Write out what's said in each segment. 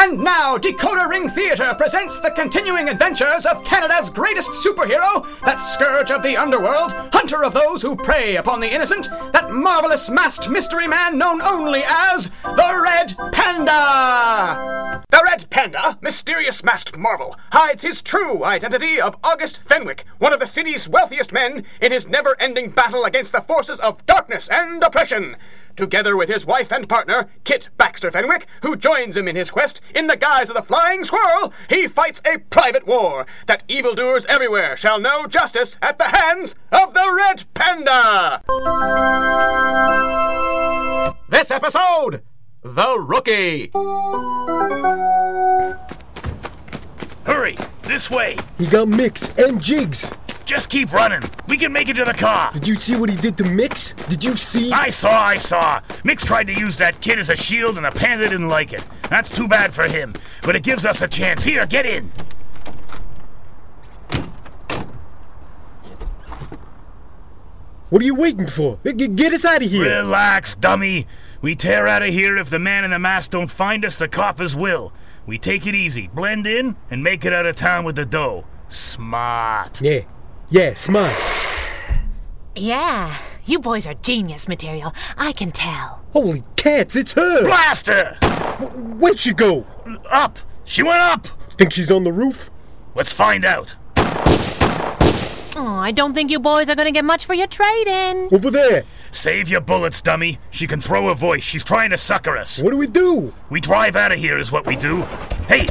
And now, Dakota Ring Theater presents the continuing adventures of Canada's greatest superhero, that scourge of the underworld, hunter of those who prey upon the innocent, that marvelous masked mystery man known only as the Red Panda! The Red Panda, mysterious masked marvel, hides his true identity of August Fenwick, one of the city's wealthiest men, in his never ending battle against the forces of darkness and oppression together with his wife and partner, Kit Baxter Fenwick, who joins him in his quest in the guise of the Flying Squirrel, he fights a private war that evildoers everywhere shall know justice at the hands of the Red Panda! This episode The Rookie! Hurry! This way! He got Mix and Jigs. Just keep running! We can make it to the car! Did you see what he did to Mix? Did you see? I saw, I saw. Mix tried to use that kid as a shield, and the panda didn't like it. That's too bad for him, but it gives us a chance. Here, get in. What are you waiting for? G- Get us out of here. Relax, dummy. We tear out of here if the man in the mask don't find us, the coppers will. We take it easy, blend in, and make it out of town with the dough. Smart. Yeah, yeah, smart. Yeah, you boys are genius material. I can tell. Holy cats, it's her. Blaster! Where'd she go? Up! She went up! Think she's on the roof? Let's find out. Oh, I don't think you boys are gonna get much for your trade-in. Over there. Save your bullets, dummy. She can throw her voice. She's trying to sucker us. What do we do? We drive out of here, is what we do. Hey!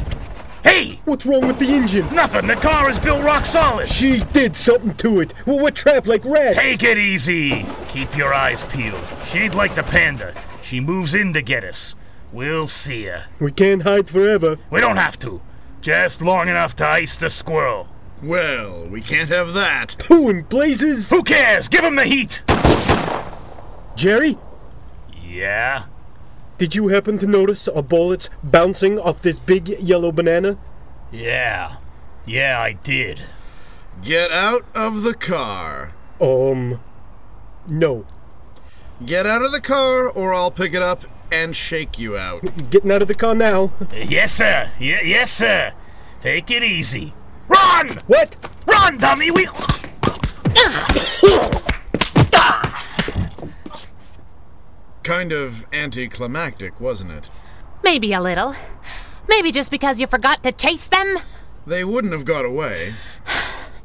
Hey! What's wrong with the engine? Nothing! The car is built rock solid! She did something to it. Well, we're trapped like rats. Take it easy! Keep your eyes peeled. She ain't like the panda. She moves in to get us. We'll see ya. We can't hide forever. We don't have to. Just long enough to ice the squirrel. Well, we can't have that. Who in blazes? Who cares? Give him the heat! Jerry, Yeah? did you happen to notice our bullets bouncing off this big yellow banana? Yeah. Yeah, I did. Get out of the car. Um, no. Get out of the car, or I'll pick it up and shake you out. Getting out of the car now. Yes, sir. Y- yes, sir. Take it easy. Run! What? Run, dummy! We. Kind of anticlimactic, wasn't it? Maybe a little. Maybe just because you forgot to chase them. They wouldn't have got away.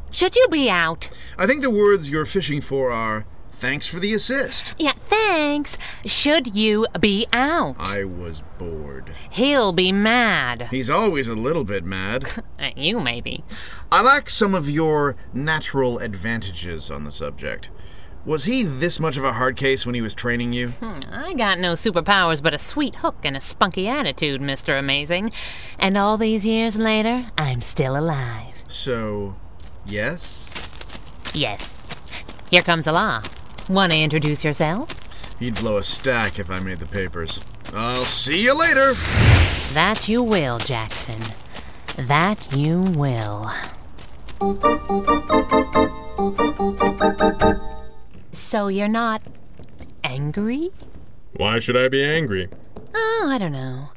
Should you be out? I think the words you're fishing for are thanks for the assist. Yeah, thanks. Should you be out? I was bored. He'll be mad. He's always a little bit mad. At you, maybe. I lack some of your natural advantages on the subject. Was he this much of a hard case when he was training you? I got no superpowers but a sweet hook and a spunky attitude, Mr. Amazing. And all these years later, I'm still alive. So, yes? Yes. Here comes a law. Wanna introduce yourself? He'd blow a stack if I made the papers. I'll see you later. That you will, Jackson. That you will. So you're not angry? Why should I be angry? Oh, I don't know.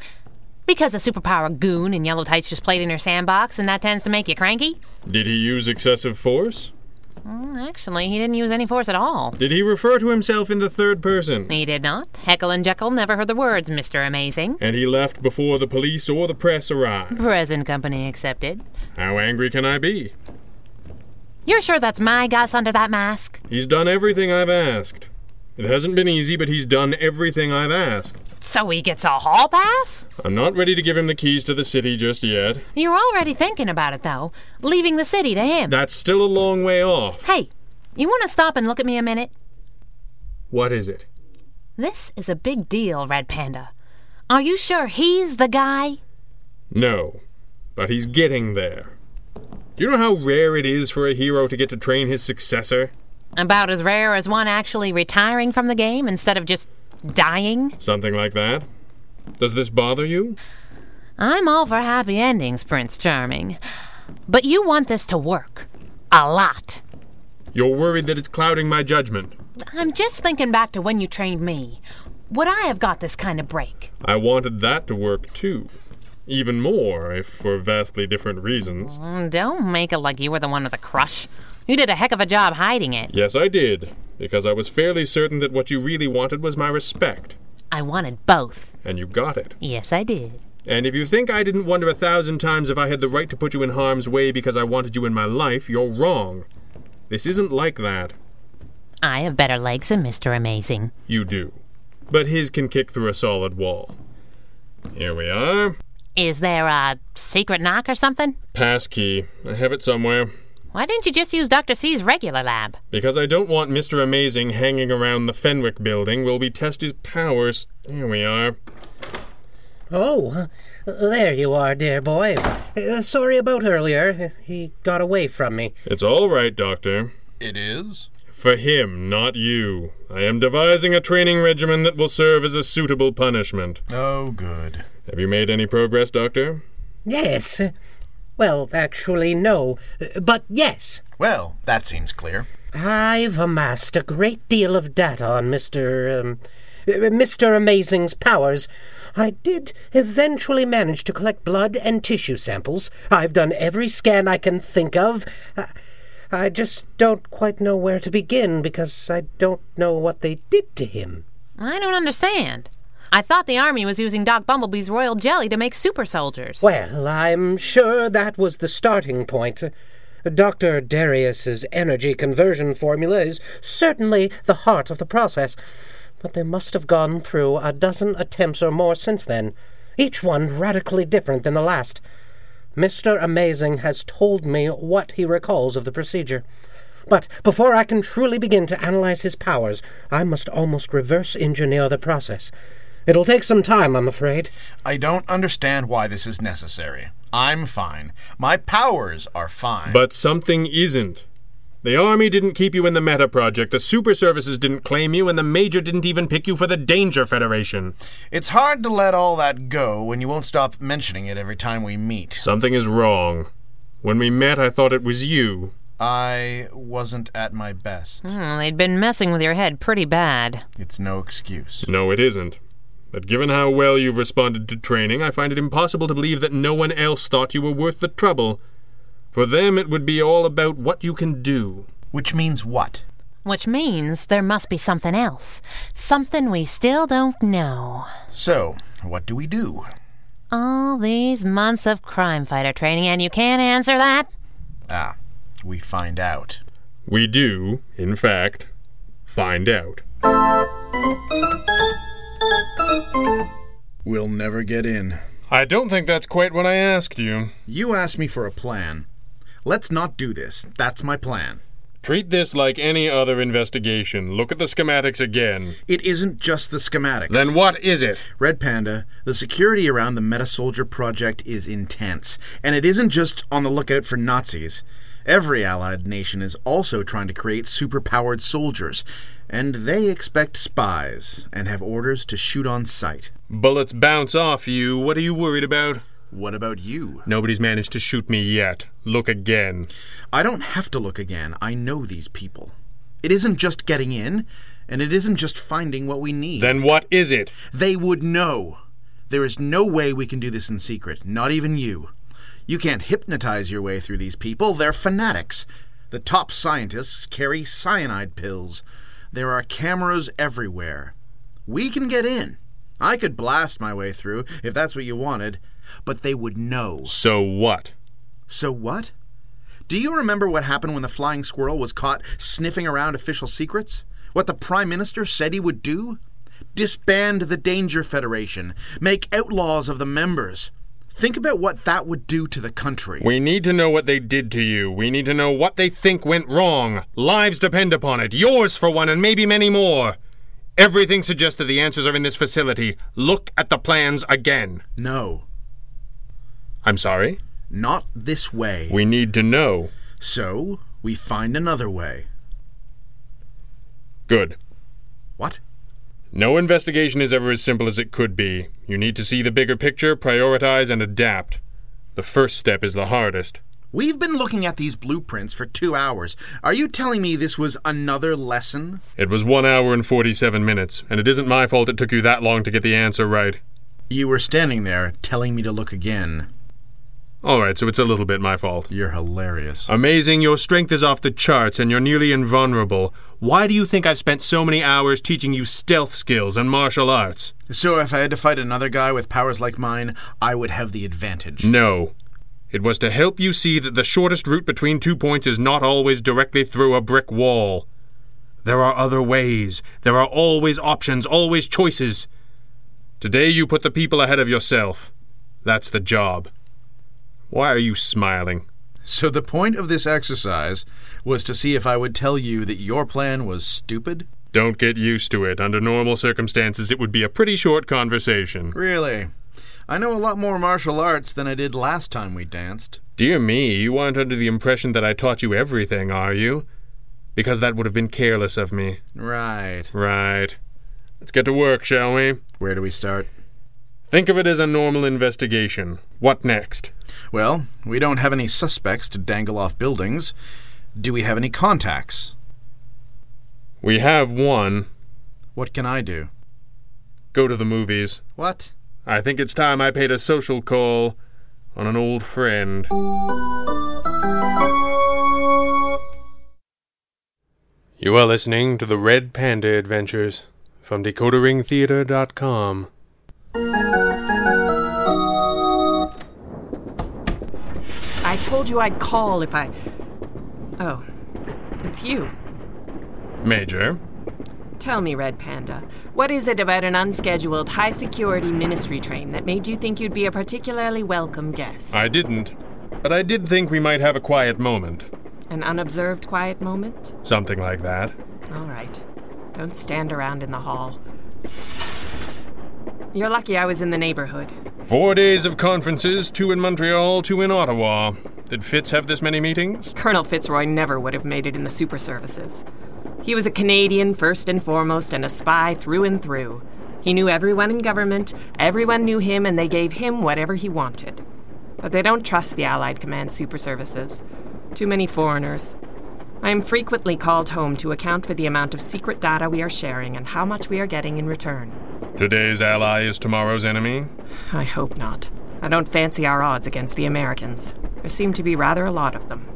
Because a superpower goon in yellow tights just played in her sandbox, and that tends to make you cranky? Did he use excessive force? Mm, Actually, he didn't use any force at all. Did he refer to himself in the third person? He did not. Heckle and Jekyll never heard the words, Mr. Amazing. And he left before the police or the press arrived. Present company accepted. How angry can I be? You're sure that's my Gus under that mask? He's done everything I've asked. It hasn't been easy, but he's done everything I've asked. So he gets a hall pass? I'm not ready to give him the keys to the city just yet. You're already thinking about it, though. Leaving the city to him. That's still a long way off. hey, you want to stop and look at me a minute? What is it? This is a big deal, Red Panda. Are you sure he's the guy? No. But he's getting there. Do you know how rare it is for a hero to get to train his successor? About as rare as one actually retiring from the game instead of just dying. Something like that. Does this bother you? I'm all for happy endings, Prince Charming. But you want this to work. A lot. You're worried that it's clouding my judgment. I'm just thinking back to when you trained me. Would I have got this kind of break? I wanted that to work too. Even more, if for vastly different reasons. Mm, Don't make it like you were the one with a crush. You did a heck of a job hiding it. Yes, I did, because I was fairly certain that what you really wanted was my respect, I wanted both. and you got it. Yes, I did. And if you think I didn't wonder a thousand times if I had the right to put you in harm's way because I wanted you in my life, you're wrong. This isn't like that. I have better legs than Mr. Amazing. You do. But his can kick through a solid wall. Here we are. Is there a secret knock or something? Pass key. I have it somewhere. Why didn't you just use Dr. C's regular lab? Because I don't want Mr. Amazing hanging around the Fenwick building while we test his powers. Here we are. Oh, uh, there you are, dear boy. Uh, sorry about earlier. He got away from me. It's all right, Doctor. It is? For him, not you. I am devising a training regimen that will serve as a suitable punishment. Oh, good. Have you made any progress, Doctor? Yes. Well, actually, no. Uh, But yes, Well, that seems clear. I've amassed a great deal of data on Mr. Um, uh, Mr. Amazing's powers. I did eventually manage to collect blood and tissue samples. I've done every scan I can think of. I, I just don't quite know where to begin because I don't know what they did to him. I don't understand. I thought the army was using Doc Bumblebee's royal jelly to make super soldiers. Well, I'm sure that was the starting point. Dr. Darius's energy conversion formula is certainly the heart of the process, but they must have gone through a dozen attempts or more since then, each one radically different than the last. Mr. Amazing has told me what he recalls of the procedure. But before I can truly begin to analyze his powers, I must almost reverse engineer the process. It'll take some time, I'm afraid. I don't understand why this is necessary. I'm fine. My powers are fine. But something isn't. The Army didn't keep you in the Meta Project, the Super Services didn't claim you, and the Major didn't even pick you for the Danger Federation. it's hard to let all that go when you won't stop mentioning it every time we meet. Something is wrong. When we met, I thought it was you. I wasn't at my best. Hmm, they'd been messing with your head pretty bad. It's no excuse. No, it isn't. But given how well you've responded to training, I find it impossible to believe that no one else thought you were worth the trouble. For them, it would be all about what you can do. Which means what? Which means there must be something else. Something we still don't know. So, what do we do? All these months of crime fighter training, and you can't answer that? Ah, we find out. We do, in fact, find out. We'll never get in. I don't think that's quite what I asked you. You asked me for a plan. Let's not do this. That's my plan. Treat this like any other investigation. Look at the schematics again. It isn't just the schematics. Then what is it? Red Panda, the security around the Meta Soldier project is intense, and it isn't just on the lookout for Nazis. Every allied nation is also trying to create superpowered soldiers, and they expect spies and have orders to shoot on sight. Bullets bounce off you. What are you worried about? What about you? Nobody's managed to shoot me yet. Look again. I don't have to look again. I know these people. It isn't just getting in, and it isn't just finding what we need. Then what is it? They would know. There is no way we can do this in secret, not even you. You can't hypnotize your way through these people. They're fanatics. The top scientists carry cyanide pills. There are cameras everywhere. We can get in. I could blast my way through if that's what you wanted, but they would know. So what? So what? Do you remember what happened when the flying squirrel was caught sniffing around official secrets? What the Prime Minister said he would do? Disband the Danger Federation, make outlaws of the members. Think about what that would do to the country. We need to know what they did to you. We need to know what they think went wrong. Lives depend upon it. Yours, for one, and maybe many more. Everything suggests that the answers are in this facility. Look at the plans again. No. I'm sorry? Not this way. We need to know. So, we find another way. Good. What? No investigation is ever as simple as it could be. You need to see the bigger picture, prioritize, and adapt. The first step is the hardest. We've been looking at these blueprints for two hours. Are you telling me this was another lesson? It was one hour and 47 minutes, and it isn't my fault it took you that long to get the answer right. You were standing there telling me to look again. Alright, so it's a little bit my fault. You're hilarious. Amazing, your strength is off the charts and you're nearly invulnerable. Why do you think I've spent so many hours teaching you stealth skills and martial arts? So, if I had to fight another guy with powers like mine, I would have the advantage. No. It was to help you see that the shortest route between two points is not always directly through a brick wall. There are other ways. There are always options, always choices. Today you put the people ahead of yourself. That's the job. Why are you smiling? So, the point of this exercise was to see if I would tell you that your plan was stupid? Don't get used to it. Under normal circumstances, it would be a pretty short conversation. Really? I know a lot more martial arts than I did last time we danced. Dear me, you aren't under the impression that I taught you everything, are you? Because that would have been careless of me. Right. Right. Let's get to work, shall we? Where do we start? Think of it as a normal investigation. What next? Well, we don't have any suspects to dangle off buildings. Do we have any contacts? We have one. What can I do? Go to the movies. What? I think it's time I paid a social call on an old friend. You are listening to the Red Panda Adventures from DecoderingTheater.com. I told you I'd call if I. Oh, it's you. Major, Tell me, Red Panda, what is it about an unscheduled high security ministry train that made you think you'd be a particularly welcome guest? I didn't, but I did think we might have a quiet moment. An unobserved quiet moment? Something like that. All right. Don't stand around in the hall. You're lucky I was in the neighborhood. Four days of conferences, two in Montreal, two in Ottawa. Did Fitz have this many meetings? Colonel Fitzroy never would have made it in the super services. He was a Canadian first and foremost and a spy through and through. He knew everyone in government, everyone knew him, and they gave him whatever he wanted. But they don't trust the Allied Command super services. Too many foreigners. I am frequently called home to account for the amount of secret data we are sharing and how much we are getting in return. Today's ally is tomorrow's enemy? I hope not. I don't fancy our odds against the Americans. There seem to be rather a lot of them.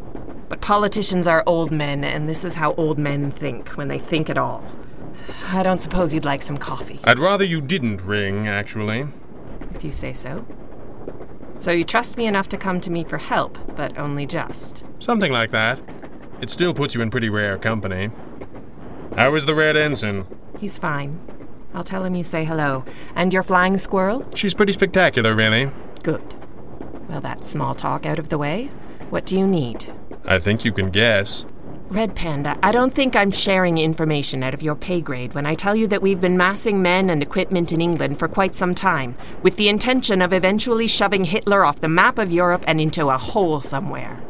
But politicians are old men, and this is how old men think when they think at all. I don't suppose you'd like some coffee, I'd rather you didn't ring, actually. if you say so. So you trust me enough to come to me for help, but only just. Something like that. It still puts you in pretty rare company. How is the Red Ensign? He's fine. I'll tell him you say hello. And your flying squirrel? She's pretty spectacular, really. Good. Well, that small talk out of the way. What do you need? I think you can guess. Red Panda, I don't think I'm sharing information out of your pay grade when I tell you that we've been massing men and equipment in England for quite some time, with the intention of eventually shoving Hitler off the map of Europe and into a hole somewhere.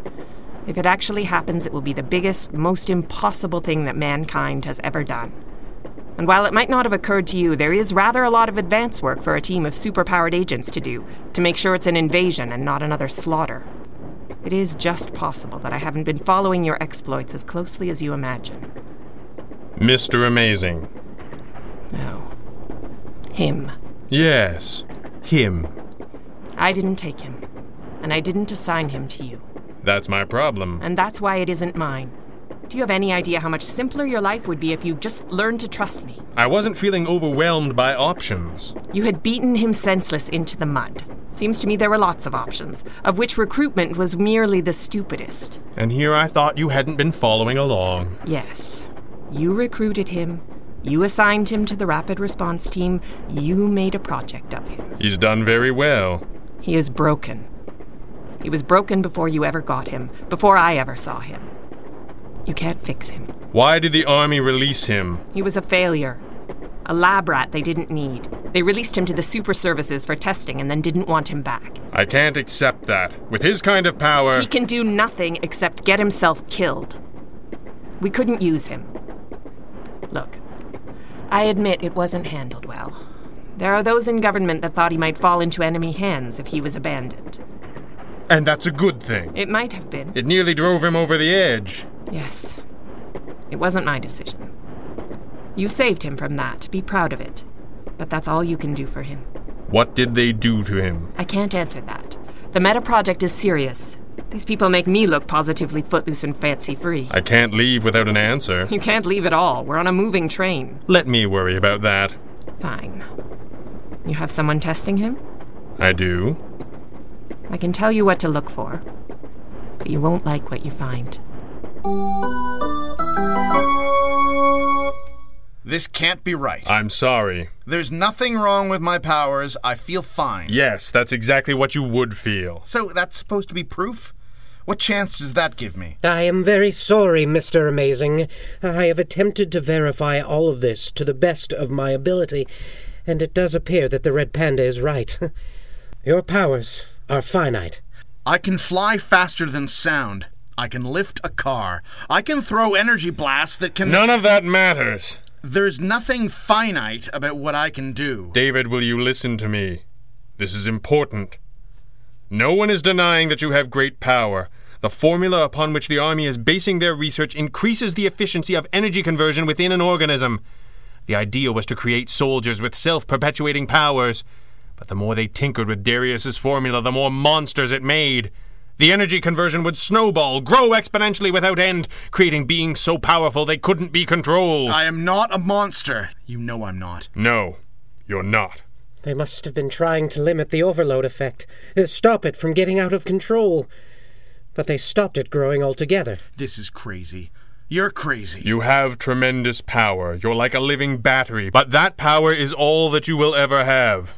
If it actually happens, it will be the biggest, most impossible thing that mankind has ever done. And while it might not have occurred to you, there is rather a lot of advance work for a team of superpowered agents to do to make sure it's an invasion and not another slaughter. It is just possible that I haven't been following your exploits as closely as you imagine. Mr. Amazing. No. Oh. Him. Yes, him. I didn't take him. And I didn't assign him to you. That's my problem. And that's why it isn't mine. Do you have any idea how much simpler your life would be if you just learned to trust me? I wasn't feeling overwhelmed by options. You had beaten him senseless into the mud. Seems to me there were lots of options, of which recruitment was merely the stupidest. And here I thought you hadn't been following along. Yes. You recruited him. You assigned him to the rapid response team. You made a project of him. He's done very well. He is broken. He was broken before you ever got him, before I ever saw him. You can't fix him. Why did the army release him? He was a failure. a lab rat they didn't need. They released him to the super services for testing and then didn't want him back. I can't accept that. With his kind of power. He can do nothing except get himself killed. We couldn't use him. Look, I admit it wasn't handled well. There are those in government that thought he might fall into enemy hands if he was abandoned. And that's a good thing. It might have been. It nearly drove him over the edge. Yes. It wasn't my decision. You saved him from that. Be proud of it. But that's all you can do for him. What did they do to him? I can't answer that. The Meta Project is serious. These people make me look positively footloose and fancy free. I can't leave without an answer. You can't leave at all. We're on a moving train. Let me worry about that. Fine. You have someone testing him? I do. I can tell you what to look for. But you won't like what you find. This can't be right. I'm sorry. There's nothing wrong with my powers. I feel fine. Yes, that's exactly what you would feel. So that's supposed to be proof? What chance does that give me? I am very sorry, Mr. Amazing. I have attempted to verify all of this to the best of my ability, and it does appear that the Red Panda is right. Your powers are finite. I can fly faster than sound. I can lift a car. I can throw energy blasts that can. None of that matters. There's nothing finite about what I can do. David, will you listen to me? This is important. No one is denying that you have great power. The formula upon which the Army is basing their research increases the efficiency of energy conversion within an organism. The idea was to create soldiers with self perpetuating powers. But the more they tinkered with Darius's formula, the more monsters it made. The energy conversion would snowball, grow exponentially without end, creating beings so powerful they couldn't be controlled. I am not a monster. You know I'm not. No, you're not. They must have been trying to limit the overload effect, uh, stop it from getting out of control. But they stopped it growing altogether. This is crazy. You're crazy. You have tremendous power. You're like a living battery, but that power is all that you will ever have.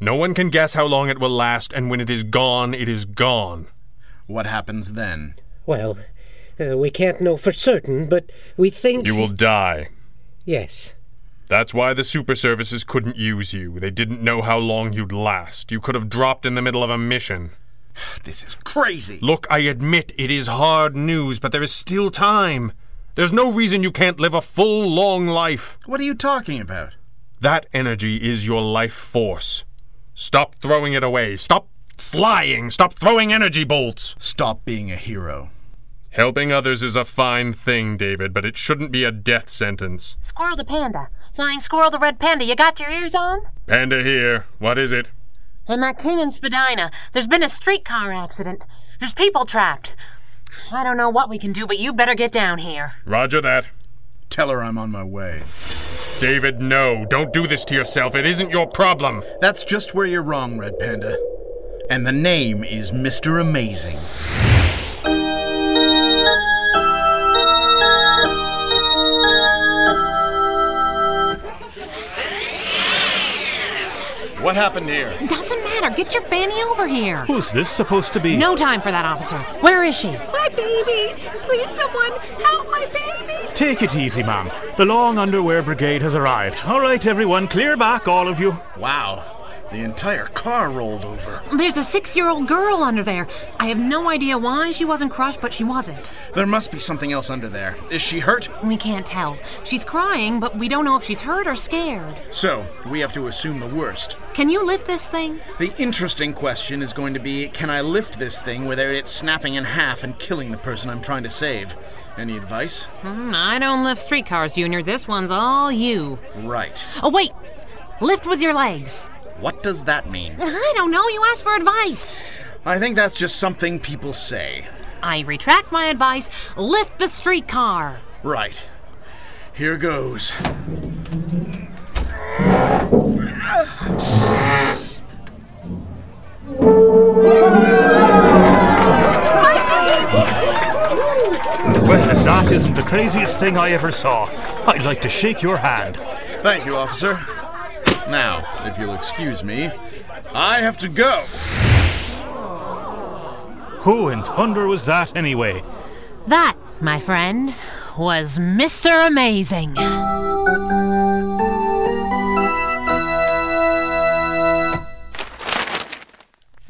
No one can guess how long it will last, and when it is gone, it is gone. What happens then? Well, uh, we can't know for certain, but we think. You will die. Yes. That's why the super services couldn't use you. They didn't know how long you'd last. You could have dropped in the middle of a mission. This is crazy. Look, I admit it is hard news, but there is still time. There's no reason you can't live a full, long life. What are you talking about? That energy is your life force. Stop throwing it away. Stop flying. Stop throwing energy bolts. Stop being a hero. Helping others is a fine thing, David, but it shouldn't be a death sentence. Squirrel the panda. Flying squirrel the red panda, you got your ears on? Panda here. What is it? I'm at King and Spadina. There's been a streetcar accident. There's people trapped. I don't know what we can do, but you better get down here. Roger that. Tell her I'm on my way. David, no. Don't do this to yourself. It isn't your problem. That's just where you're wrong, Red Panda. And the name is Mr. Amazing. What happened here? Doesn't matter. Get your fanny over here. Who's this supposed to be? No time for that, officer. Where is she? My baby! Please, someone, help my baby! Take it easy, ma'am. The Long Underwear Brigade has arrived. All right, everyone, clear back, all of you. Wow. The entire car rolled over. There's a six year old girl under there. I have no idea why she wasn't crushed, but she wasn't. There must be something else under there. Is she hurt? We can't tell. She's crying, but we don't know if she's hurt or scared. So, we have to assume the worst. Can you lift this thing? The interesting question is going to be can I lift this thing without it snapping in half and killing the person I'm trying to save? Any advice? Hmm, I don't lift streetcars, Junior. This one's all you. Right. Oh, wait! Lift with your legs. What does that mean? I don't know. You asked for advice. I think that's just something people say. I retract my advice. Lift the streetcar. Right. Here goes. Well, if that isn't the craziest thing I ever saw, I'd like to shake your hand. Thank you, officer. Now, if you'll excuse me, I have to go. Who in thunder was that anyway? That, my friend, was Mr. Amazing.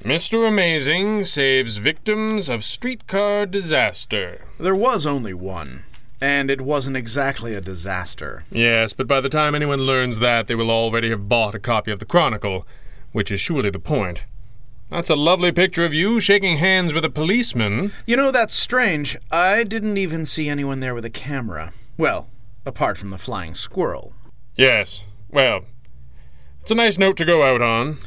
Mr. Amazing saves victims of streetcar disaster. There was only one, and it wasn't exactly a disaster. Yes, but by the time anyone learns that, they will already have bought a copy of the Chronicle, which is surely the point. That's a lovely picture of you shaking hands with a policeman. You know, that's strange. I didn't even see anyone there with a camera. Well, apart from the flying squirrel. Yes. Well, it's a nice note to go out on.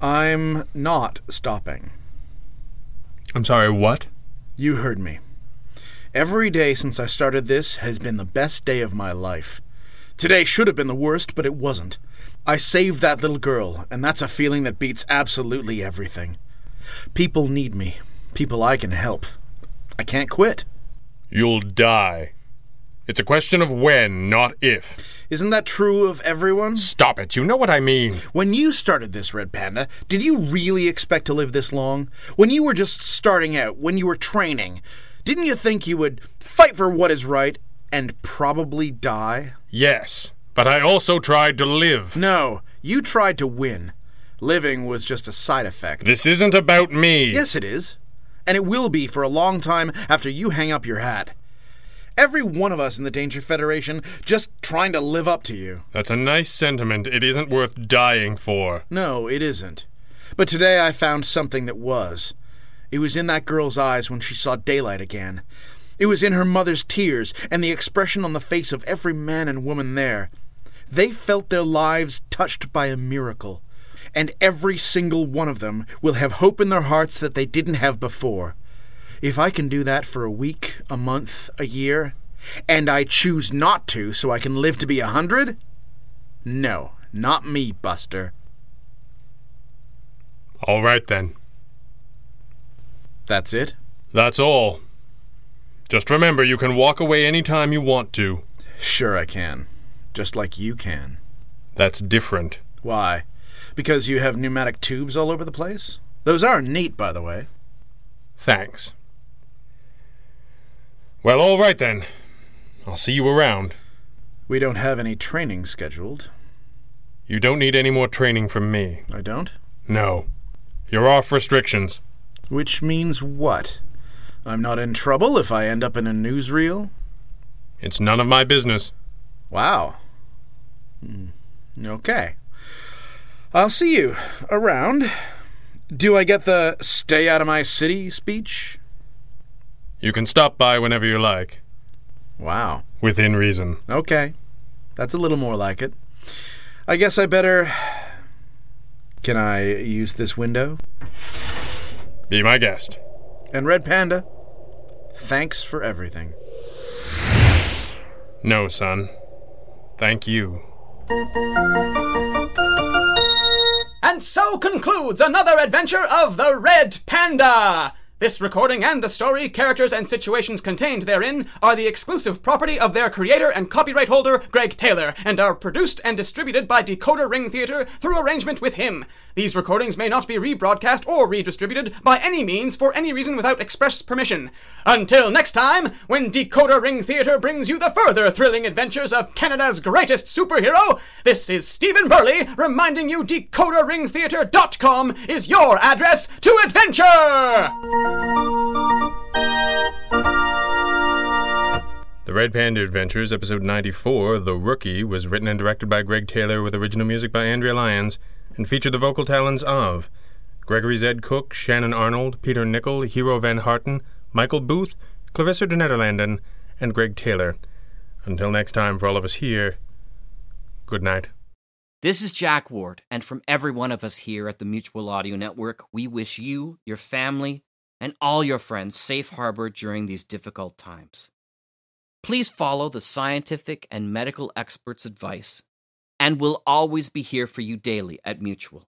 I'm not stopping. I'm sorry, what? You heard me. Every day since I started this has been the best day of my life. Today should have been the worst, but it wasn't. I saved that little girl, and that's a feeling that beats absolutely everything. People need me, people I can help. I can't quit. You'll die. It's a question of when, not if. Isn't that true of everyone? Stop it. You know what I mean. When you started this, Red Panda, did you really expect to live this long? When you were just starting out, when you were training, didn't you think you would fight for what is right and probably die? Yes, but I also tried to live. No, you tried to win. Living was just a side effect. This isn't about me. Yes, it is. And it will be for a long time after you hang up your hat every one of us in the Danger Federation just trying to live up to you. That's a nice sentiment. It isn't worth dying for. No, it isn't. But today I found something that was. It was in that girl's eyes when she saw daylight again. It was in her mother's tears and the expression on the face of every man and woman there. They felt their lives touched by a miracle. And every single one of them will have hope in their hearts that they didn't have before. If I can do that for a week, a month, a year, and I choose not to so I can live to be a hundred? No, not me, Buster. All right then. That's it? That's all. Just remember you can walk away any time you want to. Sure, I can. Just like you can. That's different. Why? Because you have pneumatic tubes all over the place? Those are neat, by the way. Thanks. Well, all right then. I'll see you around. We don't have any training scheduled. You don't need any more training from me. I don't? No. You're off restrictions. Which means what? I'm not in trouble if I end up in a newsreel? It's none of my business. Wow. Hmm. Okay. I'll see you around. Do I get the stay out of my city speech? You can stop by whenever you like. Wow. Within reason. Okay. That's a little more like it. I guess I better. Can I use this window? Be my guest. And Red Panda, thanks for everything. No, son. Thank you. And so concludes another adventure of the Red Panda! This recording and the story, characters, and situations contained therein are the exclusive property of their creator and copyright holder, Greg Taylor, and are produced and distributed by Decoder Ring Theater through arrangement with him. These recordings may not be rebroadcast or redistributed by any means for any reason without express permission. Until next time, when Decoder Ring Theater brings you the further thrilling adventures of Canada's greatest superhero, this is Stephen Burley reminding you DecoderRingTheater.com is your address to adventure! The Red Panda Adventures, Episode 94, The Rookie, was written and directed by Greg Taylor with original music by Andrea Lyons and featured the vocal talents of Gregory Zed Cook, Shannon Arnold, Peter Nickel, Hero Van Harten, Michael Booth, Clarissa de Nederlanden, and Greg Taylor. Until next time, for all of us here, good night. This is Jack Ward, and from every one of us here at the Mutual Audio Network, we wish you, your family, and all your friends safe harbor during these difficult times. Please follow the scientific and medical experts' advice, and we'll always be here for you daily at Mutual.